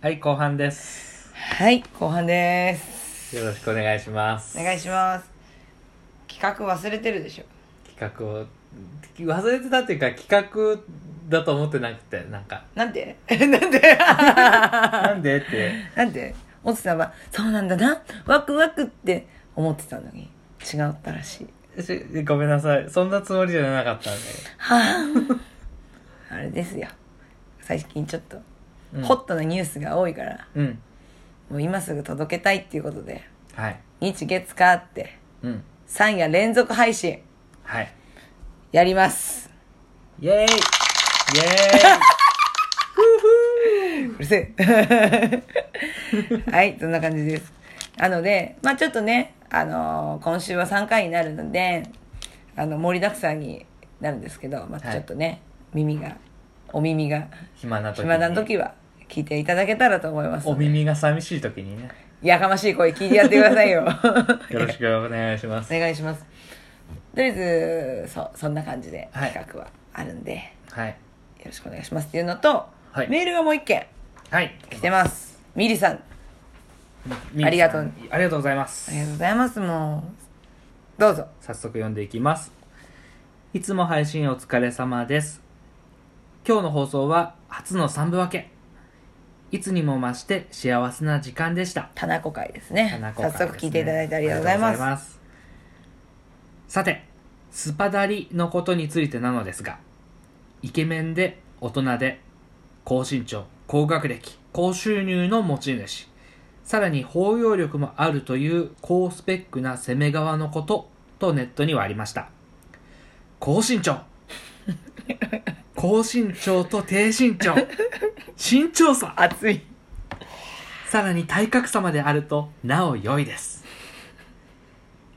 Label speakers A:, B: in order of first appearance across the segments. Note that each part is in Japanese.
A: はい、後半です。
B: はい、後半です。
A: よろしくお願いします。
B: お願いします。企画忘れてるでしょ。
A: 企画を、忘れてたっていうか企画だと思ってなくて、なんか、
B: なんでなんで
A: なんでって、
B: なんでおつさんは、そうなんだな、ワクワクって思ってたのに、違ったらしい。
A: し ごめんなさい。そんなつもりじゃなかったんで。
B: はあ、あれですよ。最近ちょっと、
A: うん、
B: ホットなニュースが多いから、
A: うん。
B: もう今すぐ届けたいっていうことで、
A: はい。
B: 日月火って、
A: うん。
B: 3夜連続配信、
A: はい。
B: やります。
A: イェーイイェーイ
B: うるせえ。 はい、そんな感じです。なので、まあちょっとね、あのー今週は3回になるので、あの、盛りだくさんになるんですけど、ま
A: は
B: あ
A: い
B: ちょっとね、耳が、お耳が、
A: 暇な時に
B: 暇な時は聞いていただけたらと思います
A: お。耳が寂しい時にね。
B: やかましい声聞いてやってくだ さいよ。
A: よろしくお願いします。
B: お願いします。とりあえず、そう、そんな感じで
A: はい
B: 企画はあるんで、よ
A: はい。
B: ろしくお願いしますっていうのと、
A: はい
B: メールがもう一件
A: はい。
B: 来てます。ミリさん、
A: み
B: ありがとう。
A: ありがとうございます
B: あり。がとうございます、もう。どうぞ。
A: 早速読んでいきますいつも配信お疲れ様です今日の放送は初の3部分けいつにも増して幸せな時間でした
B: 田中会ですね。
A: 花子会
B: 早
A: ですね
B: 速聞いていただいてありがとうございま
A: あり
B: す。
A: がとうござすさてスパダリのことについてなのですがイケメンで大人で高身長高学歴高収入の持ち主さらに包容力もあるという高スペックな攻め側のこととネットにはありました高身 長高身長と低身長身長差
B: 熱い。
A: さらに体格差まであるとなお良いです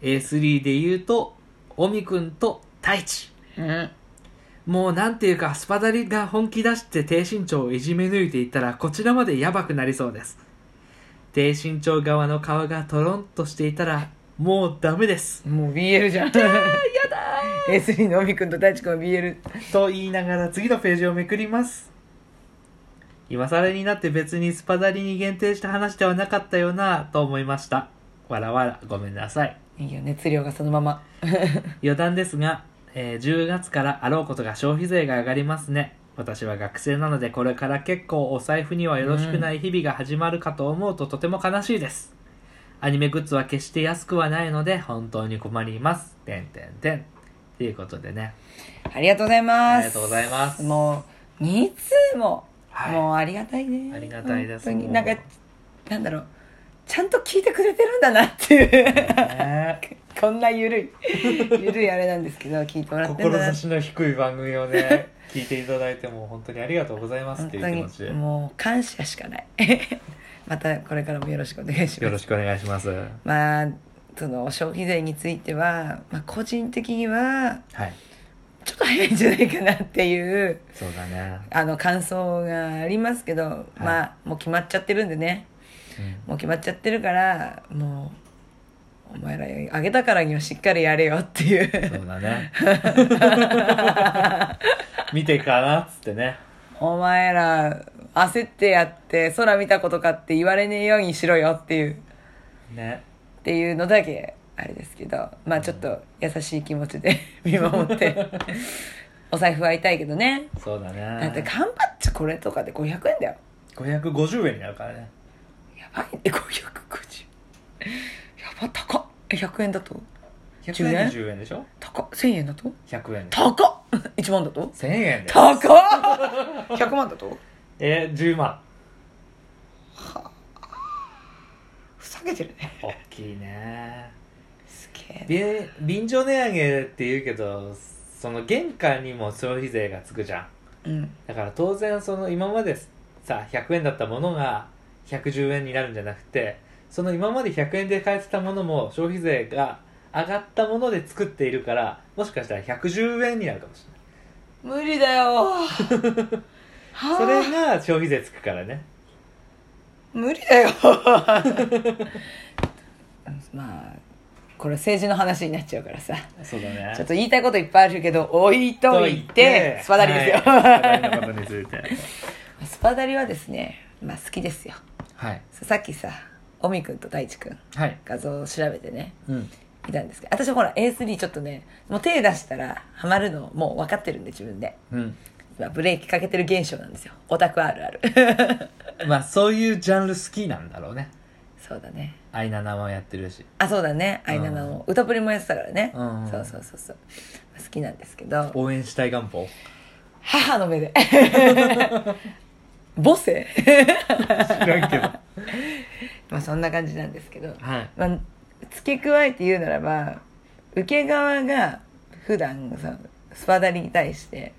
A: A3 で言うとオミ君と太一
B: うん。
A: もうなんていうかスパダリが本気出して低身長をいじめ抜いていったらこちらまでやばくなりそうです低身長側の顔がトロンとしていたらもうダメです
B: もう BL じゃん。やだー !S3 のおみくんと大地くんは BL。
A: と言いながら次のページをめくります今更になって別にスパダリに限定した話ではなかったよなと思いましたわらわらごめんなさい
B: いいよ、熱量がそのまま。
A: 余談ですが、えー10月からあろうことが消費税が上がりますね私は学生なのでこれから結構お財布にはよろしくない日々が始まるかと思うととても悲しいですアニメグッズは決して安くはないので本当に困りますてんてんてんということでね
B: ありがとうございます。
A: ありがとうございます
B: もう、2通も、
A: はい
B: もうありがたいね。
A: ありがたいです
B: 本当に
A: もう
B: なんか、なんだろう。ちゃんと聞いてくれてるんだなっていう。
A: ね
B: こんなゆるい、ゆるいあれなんですけど、聞いてもらってんだなって。
A: 志の低い番組をね聞いていただいても本当にありがとうございま
B: 本当にもう感謝しかない。 またこれからもよろしくお願いします。
A: よろしくお願いしますは
B: まあその消費税については、まあ、個人的にはいちょっと早いんじゃないかなっていう
A: そうだね、
B: あの感想がありますけど、まあもう決まっちゃってるんでね
A: うん
B: もう決まっちゃってるからもうお前らあげたからにはしっかりやれよっていう
A: そうだね。見てかなっつってね。
B: お前ら焦ってやって空見たことかって言われねえようにしろよっていう
A: ね。
B: っていうのだけあれですけどまあちょっと優しい気持ちで見守って お財布は痛いけどね
A: そうだ
B: だって
A: ね。
B: 缶バッチこれとかで500円だよ
A: 550円になるからね。
B: やばいね550やば高っえ100円だと10
A: 100
B: 円
A: 円10円でしょ
B: 高っ1000円だと
A: ?100 円で。
B: 高っ1万だと
A: 1000円で。
B: 高っ100万だと
A: えー、10万。
B: ふざけてるね
A: 大きいね。
B: すげえ
A: び便乗値上げって言うけど、その玄関にも消費税がつくじゃん。
B: うん
A: だから当然その今までさ、100円だったものが110円になるんじゃなくて、その今まで100円で買えてたものも消費税が上がったもので作っているから、もしかしたら110円になるかもしれない。
B: 無理 だよは
A: そ
B: あ
A: れが消費税つくからね。
B: 無理だよ まあこれ政治の話になっちゃうからさ
A: そうだね
B: ちょっと言いたいこといっぱいあるけど置いといてスパダリですよ、
A: はい、スパダリのことについて。
B: スパダリはですねまあ好きですよ
A: はい
B: ささっきさおみくんと大地くん
A: はい
B: 画像を調べてね
A: うん
B: 見たんですけど私ほら A3 ちょっとねもう手出したらハマるのもう分かってるんで自分で
A: うん
B: 今ブレーキかけてる現象なんですよオタクあるあ る
A: まあそういうジャンル好きなんだろうね
B: そうだね
A: アイナナもやってるし
B: あそうだねアイナナの歌プリもやってたからね
A: うん
B: そうそうそうそう好きなんですけど
A: 応援したい願望
B: 母の目で 母性
A: 知らんけど
B: まあそんな感じなんですけど、
A: はい
B: まあ、付け加えて言うならば受け側が普段さスパダリに対して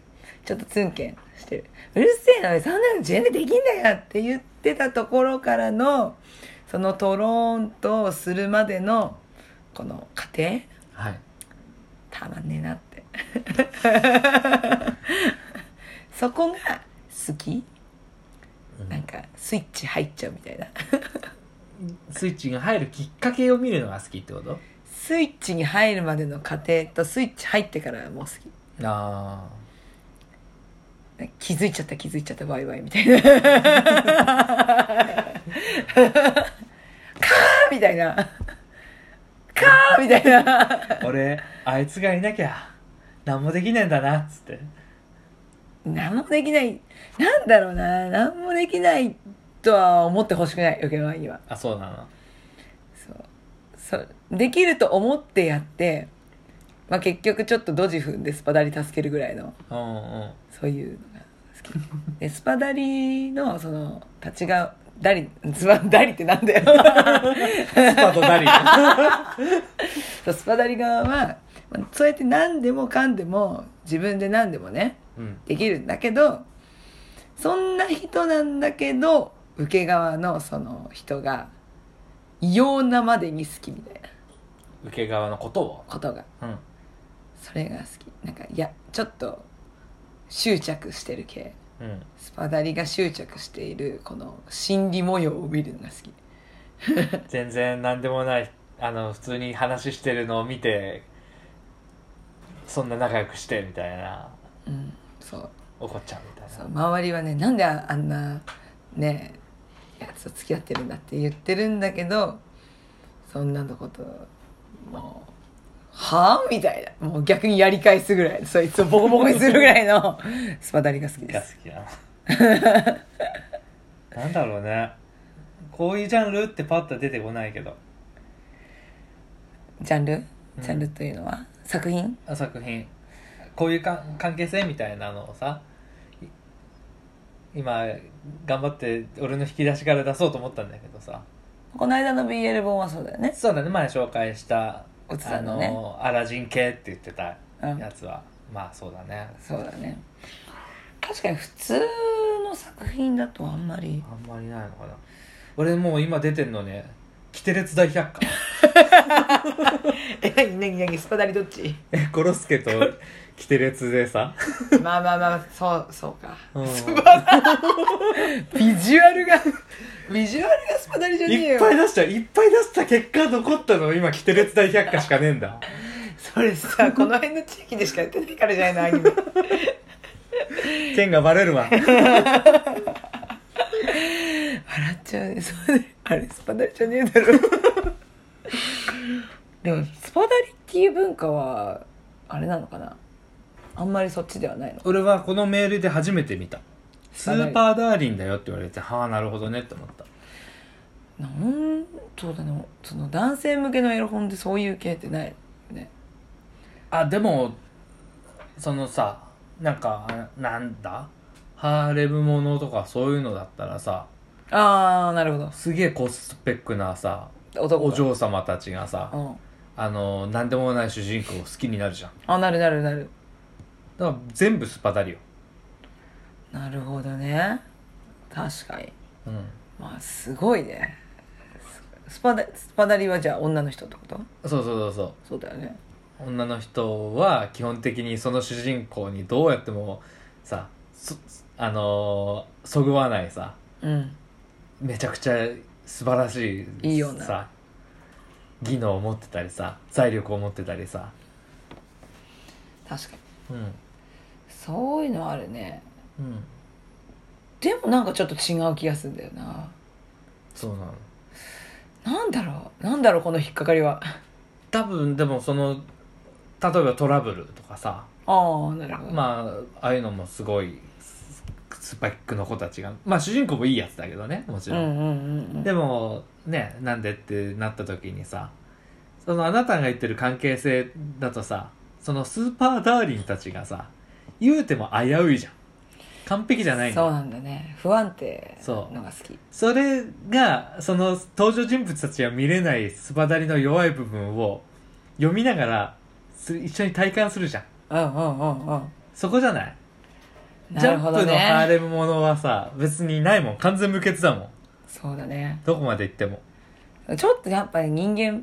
B: ちょっとツンケンしてるうるせえなおいそんなの自分でできんだよって言ってたところからのそのトローンとするまでのこの過程
A: はい
B: たまんねえなってそこが好きなんかスイッチ入っちゃうみたいな
A: スイッチが入るきっかけを見るのが好きってこと
B: スイッチに入るまでの過程とスイッチ入ってからはもう好き
A: あ
B: 気づいちゃった気づいちゃったワイワイみたいなカーみたいなカーみたいな
A: あ俺あいつがいなきゃ何もできねえんだなっつって
B: 何もできないなんだろうな何もできないとは思ってほしくない受け側には
A: あそうなの
B: そうそうできると思ってやって、まあ、結局ちょっとドジ踏んでスパダリ助けるぐらいの
A: うんうん
B: そういうのが好きでスパダリのその立ちがダリスパダリってなんだ よ
A: スパとダリ
B: そうスパダリ側はまあそうやって何でもかんでも自分で何でもね
A: うん
B: できるんだけどそんな人なんだけど受け側のその人が異様なまでに好きみたいな
A: 受け側のことを
B: ことが
A: うん
B: それが好きなんかいやちょっと執着してる系
A: うん
B: スパダリが執着しているこの心理模様を見るのが好き
A: 全然何でもないあの普通に話してるのを見てそんな仲良くしてみたいな
B: うんそう
A: 怒っちゃうみたい
B: そう
A: な
B: 周りはねなんでああんなねやつと付き合ってるんだって言ってるんだけどそんなのこともうはあみたいなもう逆にやり返すぐらいそいつをボコボコにするぐらいのスパダリが好きで
A: が
B: す
A: 好きなの なんだろうねこういうジャンルってパッと出てこないけど
B: ジャンル
A: うん
B: ジャンルというのは、作品
A: あ作品こういうかん関係性みたいなのをさい今頑張って俺の引き出しから出そうと思ったんだけどさ
B: この間の BL 本はそうだよね
A: そうだね前紹介した
B: おつさんのね
A: あのアラジン系って言ってたやつは、まあそうだね
B: そうだね確かに普通の作品だとあんまり
A: あんまりないのかな俺もう今出てんのね「キテレツ大百科」
B: え何 何何スパダリどっ ち
A: えコロスケと キテレツでさ
B: まあまあまあそうそうか
A: うん
B: ビジュアルが ビジュアルがスパダリじゃねえ
A: いっ
B: よ
A: ぱい出したいっぱい出した結果残ったの今キテレツ大百科しかねえんだ
B: それさこの辺の地域でしかやってないからじゃないのア ニメ
A: 剣がバレるわ
B: 笑っちゃうねそれあれスパダリじゃねえだろ でもスパダリっていう文化はあれなのかなあんまりそっちではないの
A: 俺はこのメールで初めて見たスーパーダーリンだよって言われてはあなるほどねって思った
B: なんそうだねその男性向けのエロ本でそういう系ってないよね
A: あでもそのさなんかなんだハーレムものとかそういうのだったらさ
B: ああなるほ
A: すげえコスペックなさ
B: ど男
A: お嬢様たちがさ
B: うん
A: あの何でもない主人公を好きになるじゃん
B: あなるなるなる
A: だから全部スパダリよ
B: なるほどね確かに
A: うん
B: まあすごいねススパダスパダリはじゃあ女の人ってこと
A: そうそうそうそう
B: そうだよね
A: 女の人は基本的にその主人公にどうやってもさそあのーそぐわないさ
B: うん
A: めちゃくちゃ素晴らしい
B: いい女
A: さ技能を持ってたりさ財力を持ってたりさ、
B: 確かに
A: うん
B: そういうのあるね
A: うん、
B: ででもなんかちょっと違う気がするんだよな
A: そうなの
B: なんだろうなんだろうこの引っかかりは
A: 多分でもその例えばトラブルとかさ
B: ああなるほど、
A: まあああいうのもすごいススパイクの子たちがまあ主人公もいいやつだけどねもち
B: うん
A: ろん、
B: うんうんうん
A: でもねなんでってなった時にさそのあなたが言ってる関係性だとさそのスーパーダーリンたちがさ言うても危ういじゃん完璧じゃないの
B: そうなんだね不安定
A: そう
B: のが好き
A: それがその登場人物たちが見れないスパダリの弱い部分を読みながらす一緒に体感するじゃん
B: うんうんうんうん
A: そこじゃない、ジャ
B: なる
A: ンプ
B: ほど
A: のハー
B: ね
A: レムものはさ別にないもん完全無欠だもん
B: そうだね
A: どこまで行っても
B: ちょっとやっぱり人間っ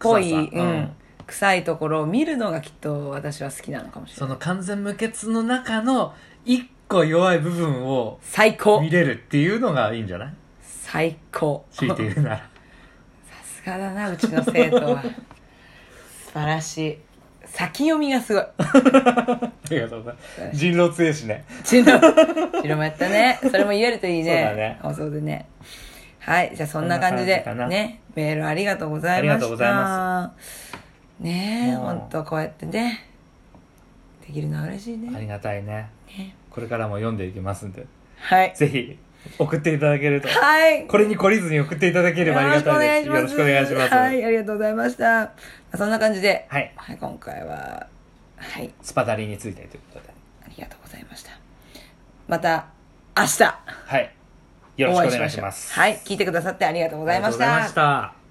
B: ぽ
A: 臭
B: い
A: さ
B: う
A: うんん、
B: 臭いところを見るのがきっと私は好きなのかもし
A: そ
B: れな
A: の
B: い
A: 完全無欠の中の一個弱い部分を
B: 最高
A: 見れるっていうのがいいんじゃない
B: 最高
A: 強いて 言うな ら
B: さすがだなうちの生徒は素晴らしい先読みがすごい
A: ありがとうございます人狼強いしね
B: ちのちのもやったねそれも言えるといいね
A: そうだね
B: 放送でねはいじゃあそんな感じで
A: こんな感じかな
B: ねメールありがとうございました
A: ありがとうございま
B: ねえ
A: もう
B: ほんとこうやってねできるのは嬉しい
A: あ
B: ね
A: りがたいね
B: ね
A: これからも読んでいきますんで
B: はい
A: ぜひ送っていただけると
B: はい
A: これに懲りずに送っていただければありがたいです。よろしくお願いします。
B: は
A: はいい。
B: ありがとうございましたそんな感じではい、今回ははい
A: スパダリについてということで。
B: ありがとうございました。また明日
A: はい。よろしくお願いします。
B: お会いしましょうはい、聞いてくださってありがとうご
A: ご
B: ざいました。
A: した。